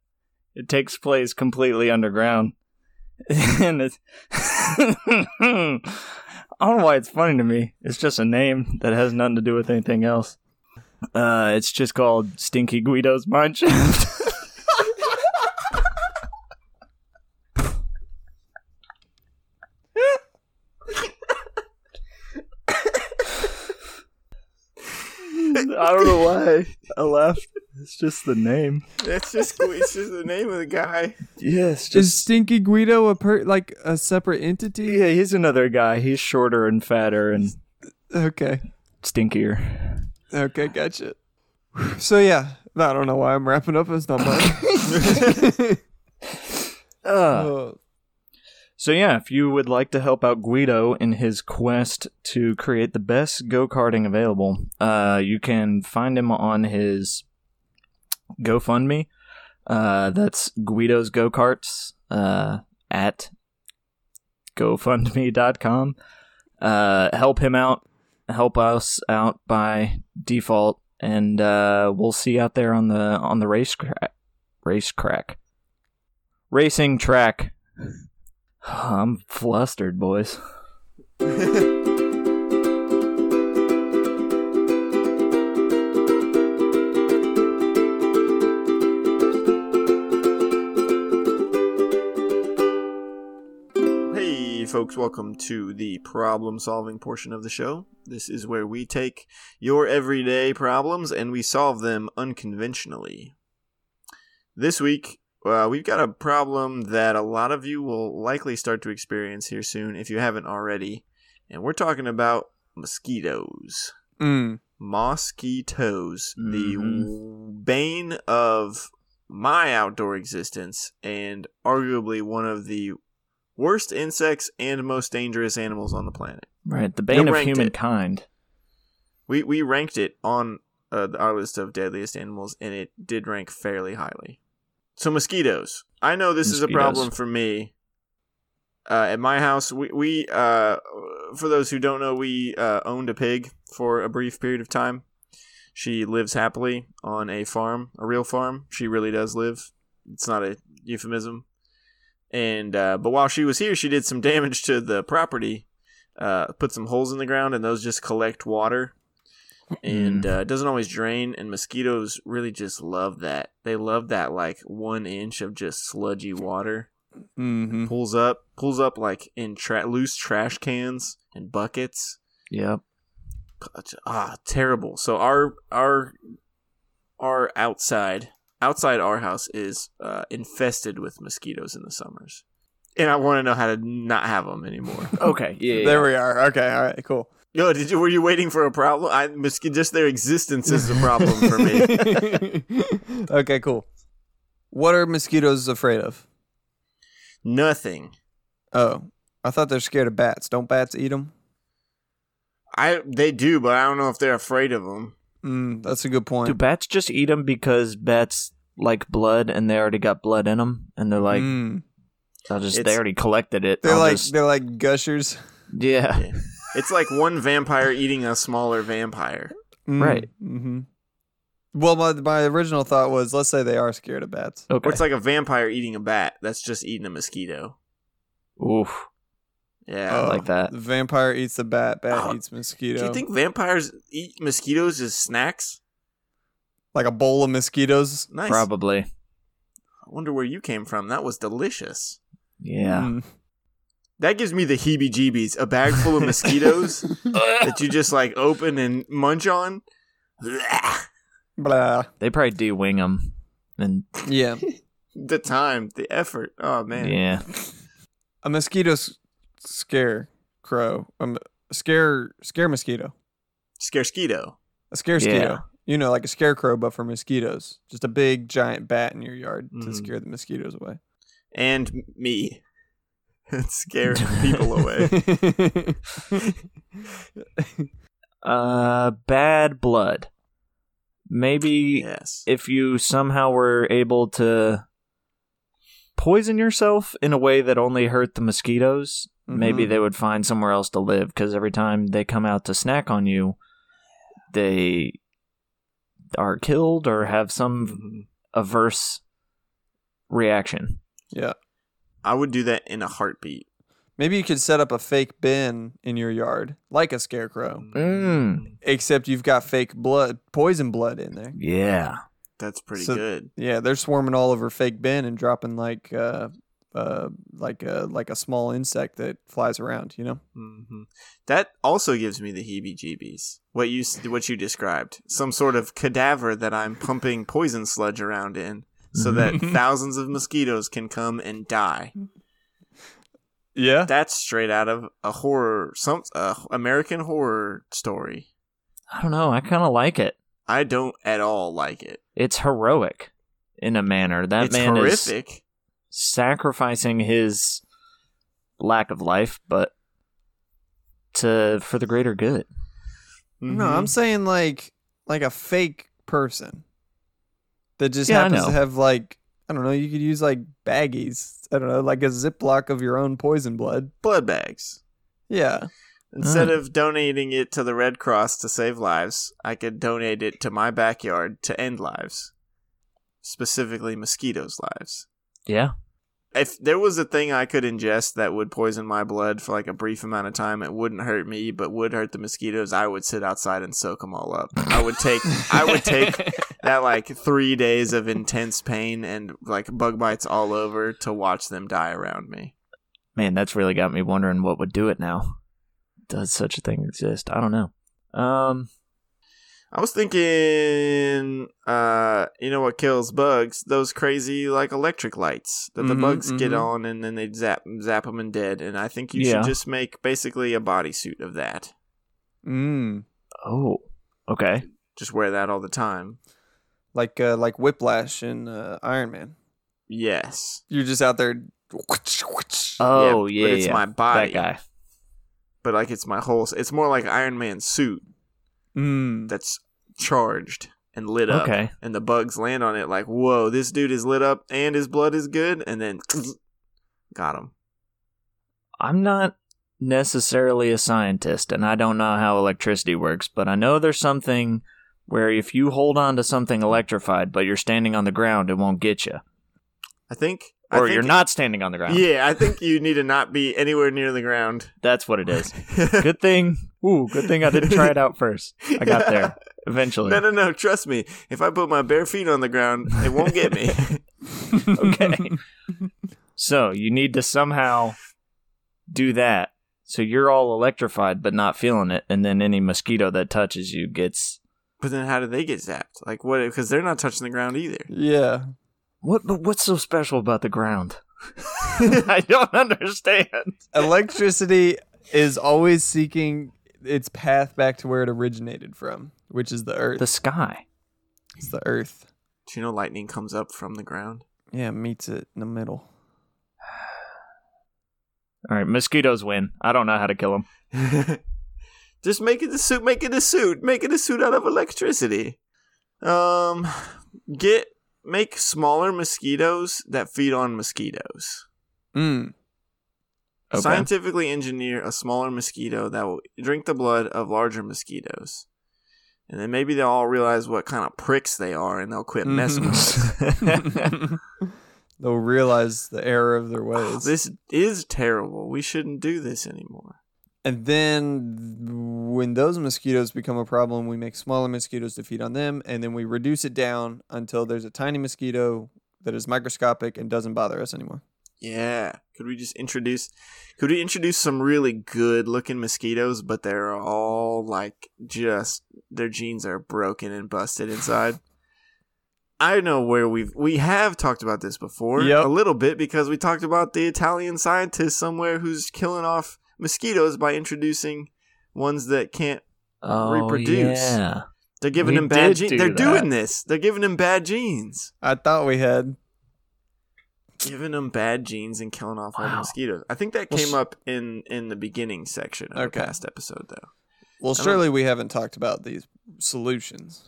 [SPEAKER 3] it takes place completely underground, and it's I don't know why it's funny to me. It's just a name that has nothing to do with anything else. Uh, it's just called Stinky Guido's Mine Shaft. I don't know why I laughed. It's just the name.
[SPEAKER 2] That's just it's just the name of the guy.
[SPEAKER 3] Yes,
[SPEAKER 1] Is Stinky Guido a per like a separate entity?
[SPEAKER 3] yeah. He's another guy. He's shorter and fatter and
[SPEAKER 1] Okay,
[SPEAKER 3] stinkier.
[SPEAKER 1] okay, gotcha. So yeah, I don't know why I'm wrapping up. It's not mine.
[SPEAKER 3] Uh,
[SPEAKER 1] Uh,
[SPEAKER 3] so yeah, if you would like to help out Guido in his quest to create the best go karting available, uh, you can find him on his GoFundMe. Uh, that's Guido's Go Karts uh, at GoFundMe.com. Uh, help him out. Help us out by default, and uh, we'll see you out there on the on the race crack, race crack, racing track. I'm flustered, boys.
[SPEAKER 2] Hey, folks, welcome to the problem solving portion of the show. This is where we take your everyday problems and we solve them unconventionally. This week, uh, we've got a problem that a lot of you will likely start to experience here soon if you haven't already, and we're talking about mosquitoes.
[SPEAKER 1] mm,
[SPEAKER 2] Mosquitoes, the bane of my outdoor existence, and arguably one of the worst insects and most dangerous animals on the planet.
[SPEAKER 3] Right, the bane
[SPEAKER 2] You
[SPEAKER 3] of
[SPEAKER 2] ranked it.
[SPEAKER 3] humankind.
[SPEAKER 2] We we ranked it on uh, our list of deadliest animals, and it did rank fairly highly. So mosquitoes. I know this is a
[SPEAKER 3] Mosquitoes.
[SPEAKER 2] problem for me. Uh, at my house, we we uh, for those who don't know, we uh, owned a pig for a brief period of time. She lives happily on a farm, a real farm. She really does live. It's not a euphemism. And uh, but while she was here, she did some damage to the property. Uh, put some holes in the ground, and those just collect water. And uh, it doesn't always drain. And mosquitoes really just love that. They love that like one inch of just sludgy water
[SPEAKER 1] mm-hmm.
[SPEAKER 2] pulls up, pulls up like in tra- loose trash cans and buckets
[SPEAKER 3] Yep.
[SPEAKER 2] ah terrible so our our our outside outside our house is uh, infested with mosquitoes in the summers and i want to know how to not have them anymore
[SPEAKER 3] Okay. Yeah.
[SPEAKER 1] There we are. Okay, all right, cool.
[SPEAKER 2] yo did you were you waiting for a problem i mosqui- just their existence is a problem for me
[SPEAKER 1] okay, cool. What are mosquitoes afraid of?
[SPEAKER 2] nothing
[SPEAKER 1] Oh, I thought they're scared of bats. Don't bats eat them?
[SPEAKER 2] i they do but i don't know if they're afraid of them
[SPEAKER 1] Mm, that's a good
[SPEAKER 3] Do
[SPEAKER 1] point.
[SPEAKER 3] bats just eat them because bats like blood and they already got blood in them and they're like,
[SPEAKER 1] Mm.
[SPEAKER 3] I'll just they
[SPEAKER 2] It's-
[SPEAKER 3] already collected it.
[SPEAKER 1] they're
[SPEAKER 3] I'll
[SPEAKER 1] like
[SPEAKER 3] just-
[SPEAKER 1] they're like gushers.
[SPEAKER 3] yeah.
[SPEAKER 2] it's like one vampire eating a smaller vampire
[SPEAKER 1] Mm,
[SPEAKER 3] Right.
[SPEAKER 1] mhm. Well, my my original thought was let's say they are scared of bats.
[SPEAKER 3] Okay.
[SPEAKER 2] Or it's like a vampire eating a bat. That's just eating a mosquito.
[SPEAKER 3] Oof.
[SPEAKER 2] Yeah.
[SPEAKER 1] Oh,
[SPEAKER 3] like that.
[SPEAKER 1] The vampire eats the bat, bat
[SPEAKER 2] Oh,
[SPEAKER 1] eats mosquito.
[SPEAKER 2] Do you think vampires eat mosquitoes as snacks?
[SPEAKER 1] like a bowl of mosquitoes?
[SPEAKER 2] Nice.
[SPEAKER 3] Probably.
[SPEAKER 2] I wonder where you came from. That was delicious.
[SPEAKER 3] Yeah.
[SPEAKER 1] Mm.
[SPEAKER 2] That gives me the heebie jeebies. A bag full of mosquitoes that you just like open and munch on. Blech.
[SPEAKER 1] Blah.
[SPEAKER 3] they probably do wing them. And
[SPEAKER 1] Yeah.
[SPEAKER 2] the time, the effort. Oh, man.
[SPEAKER 3] yeah.
[SPEAKER 1] a mosquito s- scare crow. A m- scare scare mosquito.
[SPEAKER 2] Scaresquito.
[SPEAKER 1] A scare mosquito.
[SPEAKER 3] Yeah.
[SPEAKER 1] You know, like a scarecrow, but for mosquitoes. Just a big giant bat in your yard to
[SPEAKER 2] Mhm.
[SPEAKER 1] scare the mosquitoes away.
[SPEAKER 2] And me. Scare people away.
[SPEAKER 3] Uh, bad blood. Maybe
[SPEAKER 2] yes.
[SPEAKER 3] if you somehow were able to poison yourself in a way that only hurt the mosquitoes, maybe
[SPEAKER 1] Mhm.
[SPEAKER 3] they would find somewhere else to live because every time they come out to snack on you, they are killed or have some
[SPEAKER 2] Mhm.
[SPEAKER 3] averse reaction.
[SPEAKER 1] yeah.
[SPEAKER 2] I would do that in a heartbeat.
[SPEAKER 1] Maybe you could set up a fake bin in your yard, like a scarecrow,
[SPEAKER 3] Mm.
[SPEAKER 1] except you've got fake blood, poison blood in there.
[SPEAKER 3] Yeah.
[SPEAKER 2] That's pretty
[SPEAKER 1] So-
[SPEAKER 2] good.
[SPEAKER 1] Yeah, they're swarming all over fake bin and dropping like uh, uh, like a like a small insect that flies around. You know,
[SPEAKER 2] hmm That also gives me the heebie-jeebies. What you s- what you described, some sort of cadaver that I'm pumping poison sludge around in, so that thousands of mosquitoes can come and die.
[SPEAKER 1] yeah,
[SPEAKER 2] That's straight out of a horror, some uh, American horror story.
[SPEAKER 3] I don't know. I kind of like it.
[SPEAKER 2] I don't at all like it.
[SPEAKER 3] It's heroic in a manner. That
[SPEAKER 2] it's
[SPEAKER 3] man is
[SPEAKER 2] horrific.
[SPEAKER 3] sacrificing his lack of life, but to for the greater good.
[SPEAKER 1] No,
[SPEAKER 3] Mm-hmm.
[SPEAKER 2] Mm-hmm.
[SPEAKER 1] I'm saying like like a fake person that just
[SPEAKER 3] Yeah, I
[SPEAKER 1] happens to
[SPEAKER 3] know.
[SPEAKER 1] have like I don't know. You could use like baggies. I don't know, like a ziploc of your own poison blood.
[SPEAKER 2] blood bags.
[SPEAKER 1] Yeah,
[SPEAKER 2] Instead
[SPEAKER 3] Mm.
[SPEAKER 2] of donating it to the Red Cross to save lives, I could donate it to my backyard to end lives, specifically mosquitoes' lives.
[SPEAKER 3] Yeah.
[SPEAKER 2] If there was a thing I could ingest that would poison my blood for like a brief amount of time, it wouldn't hurt me, but would hurt the mosquitoes. I would sit outside and soak them all up. I would take, I would take that like three days of intense pain and like bug bites all over to watch them die around me.
[SPEAKER 3] Man, that's really got me wondering what would do it now. Does such a thing exist? I don't know. Um
[SPEAKER 2] I was thinking, uh, you know what kills bugs? Those crazy like electric lights that the
[SPEAKER 3] Mm-hmm,
[SPEAKER 1] Mhm,
[SPEAKER 2] bugs get
[SPEAKER 1] mhm.
[SPEAKER 2] on, and then they zap zap them and dead. And I think you
[SPEAKER 3] Yeah.
[SPEAKER 2] should just make basically a bodysuit of that.
[SPEAKER 1] mm,
[SPEAKER 3] oh. Okay.
[SPEAKER 2] Just wear that all the time.
[SPEAKER 1] like uh, like Whiplash in uh, Iron Man.
[SPEAKER 2] Yes.
[SPEAKER 1] You're just out there.
[SPEAKER 3] Oh yeah.
[SPEAKER 2] But it's
[SPEAKER 3] yeah.
[SPEAKER 2] my body.
[SPEAKER 3] that guy.
[SPEAKER 2] But like it's my whole. s- It's more like Iron Man suit
[SPEAKER 1] Mm.
[SPEAKER 2] that's charged and lit up.
[SPEAKER 3] Okay.
[SPEAKER 2] And the bugs land on it like, whoa, this dude is lit up and his blood is good. And then got him.
[SPEAKER 3] I'm not necessarily a scientist and I don't know how electricity works, but I know there's something where if you hold on to something electrified but you're standing on the ground, it won't get you.
[SPEAKER 2] I think. I
[SPEAKER 3] Or
[SPEAKER 2] think
[SPEAKER 3] you're not standing on the ground.
[SPEAKER 2] Yeah, I think you need to not be anywhere near the ground.
[SPEAKER 3] That's what it is. Good thing. Ooh, good thing I didn't try it out first. I got there eventually.
[SPEAKER 2] no, no, no. Trust me. If I put my bare feet on the ground, it won't get me.
[SPEAKER 3] Okay. so you need to somehow do that. So you're all electrified but not feeling it, and then any mosquito that touches you gets
[SPEAKER 2] but then, how do they get zapped? Like what? Because they're not touching the ground either.
[SPEAKER 1] Yeah.
[SPEAKER 3] what? But what's so special about the ground? I don't understand.
[SPEAKER 1] electricity is always seeking its path back to where it originated from, which is the earth.
[SPEAKER 3] The sky.
[SPEAKER 1] It's the earth.
[SPEAKER 2] Do you know lightning comes up from the ground?
[SPEAKER 1] Yeah, meets it in the middle.
[SPEAKER 3] All right, mosquitoes win. I don't know how to kill them.
[SPEAKER 2] Just make it a suit. Make it a suit. Make it a suit out of electricity. Um, get make smaller mosquitoes that feed on mosquitoes. Hmm.
[SPEAKER 1] Mm.
[SPEAKER 3] Okay.
[SPEAKER 2] Scientifically engineer a smaller mosquito that will drink the blood of larger mosquitoes. and then maybe they'll all realize what kind of pricks they are, and they'll quit messing with us.
[SPEAKER 1] Mm-hmm. They'll realize the error of their
[SPEAKER 2] Oh,
[SPEAKER 1] ways.
[SPEAKER 2] this is terrible. We shouldn't do this anymore.
[SPEAKER 1] And then when those mosquitoes become a problem, we make smaller mosquitoes to feed on them, and then we reduce it down until there's a tiny mosquito that is microscopic and doesn't bother us anymore.
[SPEAKER 2] Yeah. Could we just introduce could we introduce some really good looking mosquitoes, but they're all like just their genes are broken and busted inside? I know where we've we have talked about this before
[SPEAKER 1] Yep.
[SPEAKER 2] a little bit because we talked about the Italian scientist somewhere who's killing off mosquitoes by introducing ones that can't
[SPEAKER 3] Oh,
[SPEAKER 2] Reproduce.
[SPEAKER 3] Yeah.
[SPEAKER 2] they're giving
[SPEAKER 3] We
[SPEAKER 2] them bad
[SPEAKER 3] did
[SPEAKER 2] genes.
[SPEAKER 3] do
[SPEAKER 2] they're
[SPEAKER 3] that.
[SPEAKER 2] doing this. They're giving them bad genes.
[SPEAKER 1] I thought we had.
[SPEAKER 2] giving them bad genes and killing off all the
[SPEAKER 3] Wow.
[SPEAKER 2] mosquitoes. I think that
[SPEAKER 1] Well,
[SPEAKER 2] came
[SPEAKER 1] s-
[SPEAKER 2] up in in the beginning section of
[SPEAKER 1] Okay.
[SPEAKER 2] the past episode, though.
[SPEAKER 1] Well,
[SPEAKER 2] don't-
[SPEAKER 1] surely we haven't talked about these solutions.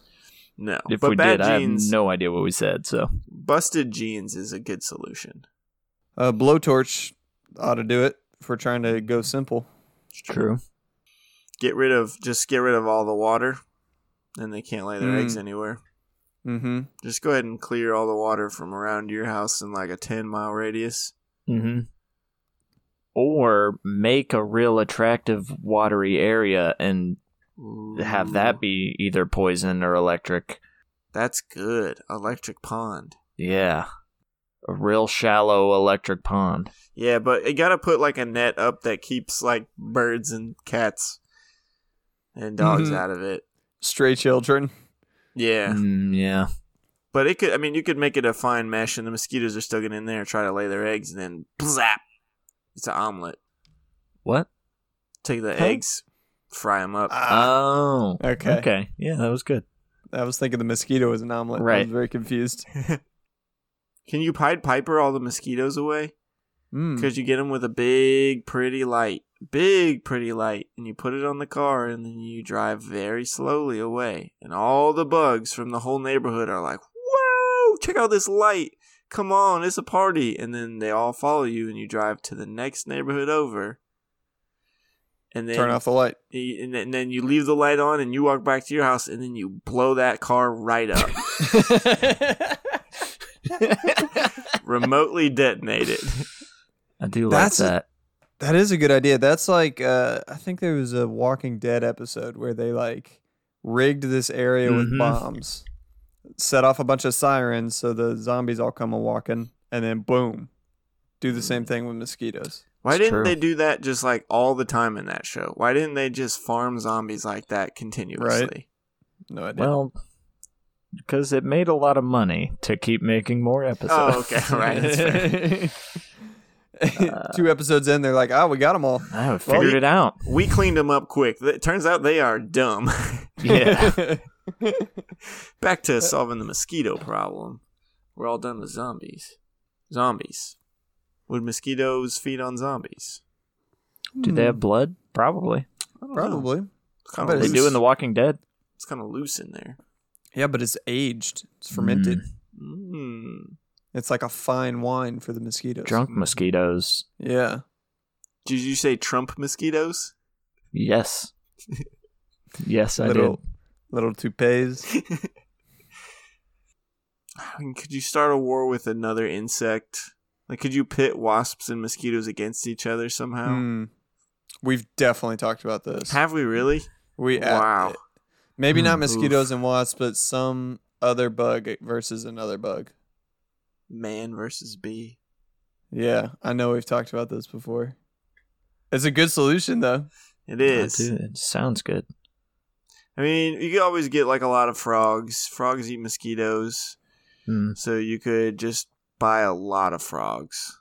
[SPEAKER 2] No,
[SPEAKER 3] If
[SPEAKER 2] but
[SPEAKER 3] we
[SPEAKER 2] bad
[SPEAKER 3] did, I have
[SPEAKER 2] genes,
[SPEAKER 3] no idea what we said. So
[SPEAKER 2] busted genes is a good solution.
[SPEAKER 1] A Uh, blowtorch ought to do it if we're trying to go simple.
[SPEAKER 3] true.
[SPEAKER 2] Get rid of just get rid of all the water, and they can't lay their
[SPEAKER 1] Mm.
[SPEAKER 2] eggs anywhere.
[SPEAKER 1] Mm-hmm.
[SPEAKER 2] Just go ahead and clear all the water from around your house in like a ten mile radius.
[SPEAKER 3] Mm-hmm. Or make a real attractive watery area and have that be either poison or electric.
[SPEAKER 2] That's good. Electric pond.
[SPEAKER 3] Yeah. A real shallow electric pond.
[SPEAKER 2] Yeah, but you gotta put like a net up that keeps like birds and cats and dogs
[SPEAKER 1] Mhm.
[SPEAKER 2] out of it.
[SPEAKER 1] Stray children.
[SPEAKER 2] Yeah.
[SPEAKER 3] Mm, yeah.
[SPEAKER 2] But it could, I mean, you could make it a fine mesh, and the mosquitoes are still getting in there, and try to lay their eggs, and then zap, it's an omelet.
[SPEAKER 3] What?
[SPEAKER 2] Take the
[SPEAKER 1] Huh?
[SPEAKER 2] eggs, fry them up.
[SPEAKER 1] Ah,
[SPEAKER 3] Oh.
[SPEAKER 1] okay.
[SPEAKER 3] Uh, Okay. Yeah, that was good.
[SPEAKER 1] I was thinking the mosquito was an omelet. I
[SPEAKER 3] Right.
[SPEAKER 1] was very confused.
[SPEAKER 2] Can you Pied Piper all the mosquitoes away?
[SPEAKER 1] Mm.
[SPEAKER 2] Because you get them with a big, pretty light, big, pretty light, and you put it on the car, and then you drive very slowly away, and all the bugs from the whole neighborhood are like, "Whoa! Check out this light! Come on, it's a party!" And then they all follow you, and you drive to the next neighborhood over. And then
[SPEAKER 1] Turn off the light.
[SPEAKER 2] y- and then- and then you leave the light on and you walk back to your house and then you blow that car right up remotely detonate it
[SPEAKER 3] I do like
[SPEAKER 1] That's a-
[SPEAKER 3] that.
[SPEAKER 1] That is a good idea. That's like uh, I think there was a Walking Dead episode where they like rigged this area with
[SPEAKER 3] Mhm.
[SPEAKER 1] bombs, set off a bunch of sirens so the zombies all come a walking, and then boom, do the same thing with mosquitoes.
[SPEAKER 2] why
[SPEAKER 3] It's
[SPEAKER 2] didn't
[SPEAKER 3] true.
[SPEAKER 2] they do that just like all the time in that show why didn't they just farm zombies like that continuously
[SPEAKER 1] No idea.
[SPEAKER 3] Well, because it made a lot of money to keep making more episodes.
[SPEAKER 2] oh okay right that's fair.
[SPEAKER 1] Two episodes in, they're like, "Oh, we got them all."
[SPEAKER 3] I figured
[SPEAKER 2] you-
[SPEAKER 3] it out.
[SPEAKER 2] we cleaned them up quick it turns out they are dumb
[SPEAKER 3] Yeah.
[SPEAKER 2] back
[SPEAKER 1] Uh,
[SPEAKER 2] to solving the mosquito problem we're all done with zombies zombies would mosquitoes feed on zombies
[SPEAKER 3] do they have blood? Probably.
[SPEAKER 2] I don't know.
[SPEAKER 1] Hmm. Probably.
[SPEAKER 2] It's kinda
[SPEAKER 1] I bet
[SPEAKER 3] They
[SPEAKER 1] it's-
[SPEAKER 2] loose.
[SPEAKER 3] do in The Walking Dead.
[SPEAKER 2] it's kind of loose in there
[SPEAKER 1] Yeah, but it's aged. It's fermented.
[SPEAKER 3] Hmm.
[SPEAKER 2] Mm.
[SPEAKER 1] It's like a fine wine for the mosquitoes.
[SPEAKER 3] Drunk mosquitoes.
[SPEAKER 1] Yeah.
[SPEAKER 2] Did you say Trump mosquitoes?
[SPEAKER 3] Yes. yes, I
[SPEAKER 1] little little toupees.
[SPEAKER 2] I mean, could you start a war with another insect? Like, could you pit wasps and mosquitoes against each other somehow?
[SPEAKER 1] Hmm. We've definitely talked about this.
[SPEAKER 2] Have we really?
[SPEAKER 1] we uh,
[SPEAKER 2] wow.
[SPEAKER 1] maybe not
[SPEAKER 3] Hmm.
[SPEAKER 1] mosquitoes and wasps, but some other bug versus another bug.
[SPEAKER 2] Man versus bee.
[SPEAKER 1] Yeah, I know we've talked about this before. It's a good solution though.
[SPEAKER 2] It
[SPEAKER 3] did.
[SPEAKER 2] is.
[SPEAKER 3] I do. It sounds good.
[SPEAKER 2] I mean, you could always get like a lot of frogs. Frogs eat mosquitoes,
[SPEAKER 3] Mm.
[SPEAKER 2] so you could just buy a lot of frogs.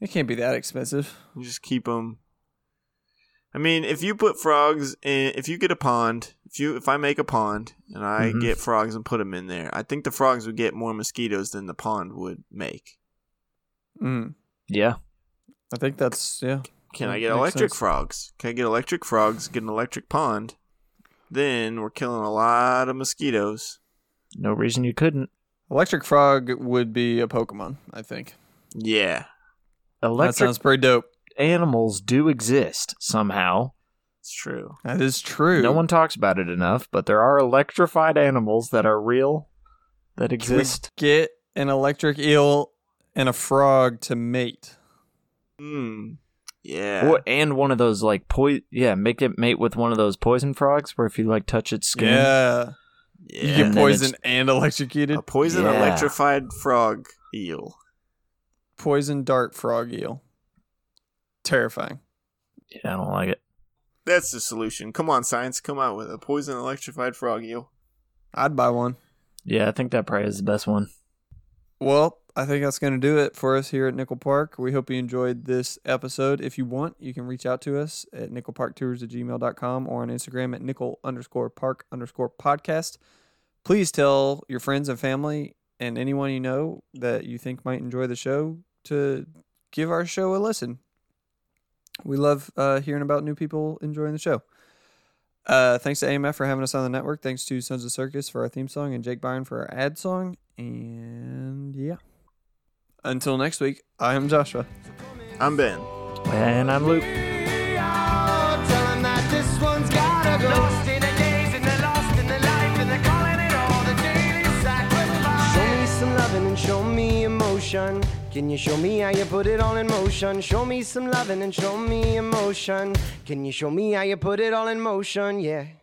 [SPEAKER 1] It can't be that expensive.
[SPEAKER 2] You just keep them. I mean, if you put frogs in, if you get a pond, if you if I make a pond and I
[SPEAKER 3] Mhm.
[SPEAKER 2] get frogs and put them in there, I think the frogs would get more mosquitoes than the pond would make.
[SPEAKER 1] Mm.
[SPEAKER 3] Yeah.
[SPEAKER 1] I think that's yeah.
[SPEAKER 2] Can
[SPEAKER 1] That
[SPEAKER 2] I get
[SPEAKER 1] makes
[SPEAKER 2] electric
[SPEAKER 1] sense.
[SPEAKER 2] frogs? Can I get electric frogs? Get an electric pond? Then we're killing a lot of mosquitoes.
[SPEAKER 3] No reason you couldn't.
[SPEAKER 1] Electric frog would be a Pokemon. I think
[SPEAKER 2] Yeah,
[SPEAKER 1] that
[SPEAKER 3] Electric
[SPEAKER 1] sounds pretty dope.
[SPEAKER 3] animals do exist somehow.
[SPEAKER 2] It's true.
[SPEAKER 1] That is true.
[SPEAKER 3] No one talks about it enough, but there are electrified animals that are real that
[SPEAKER 1] Can we
[SPEAKER 3] exist.
[SPEAKER 1] get an electric eel and a frog to mate.
[SPEAKER 2] Hmm. Yeah.
[SPEAKER 3] Or- and one of those like poison yeah, make it mate with one of those poison frogs where if you like touch its skin.
[SPEAKER 1] Yeah.
[SPEAKER 2] Yeah.
[SPEAKER 1] You
[SPEAKER 3] And
[SPEAKER 1] get
[SPEAKER 3] then it's-
[SPEAKER 1] poisoned and electrocuted.
[SPEAKER 2] a poison
[SPEAKER 3] Yeah.
[SPEAKER 2] electrified frog eel.
[SPEAKER 1] Poison dart frog eel. Terrifying.
[SPEAKER 3] Yeah, I don't like it.
[SPEAKER 2] That's the solution. Come on, science. Come out with a poison electrified frog eel.
[SPEAKER 1] I'd buy one.
[SPEAKER 3] Yeah, I think that probably is the best one.
[SPEAKER 1] Well, I think that's going to do it for us here at Nickel Park. We hope you enjoyed this episode. If you want, you can reach out to us at nickelparktours at gmail.com or on Instagram at nickel underscore park underscore podcast. Please tell your friends and family and anyone you know that you think might enjoy the show to give our show a listen. We love uh, hearing about new people enjoying the show. Uh, thanks to AMF for having us on the network. Thanks to Sons of Circus for our theme song and Jake Byron for our ad song. And yeah. Until next week, I am Joshua.
[SPEAKER 2] I'm Ben.
[SPEAKER 3] And I'm Luke.
[SPEAKER 4] Tell 'em that this one's gotta go. Lost in the days and they're lost in the life and they're calling it all the daily sacrifice. Show me some loving and show me emotion. Can you show me how you put it all in motion? Show me some loving and show me emotion. Can you show me how you put it all in motion? Yeah.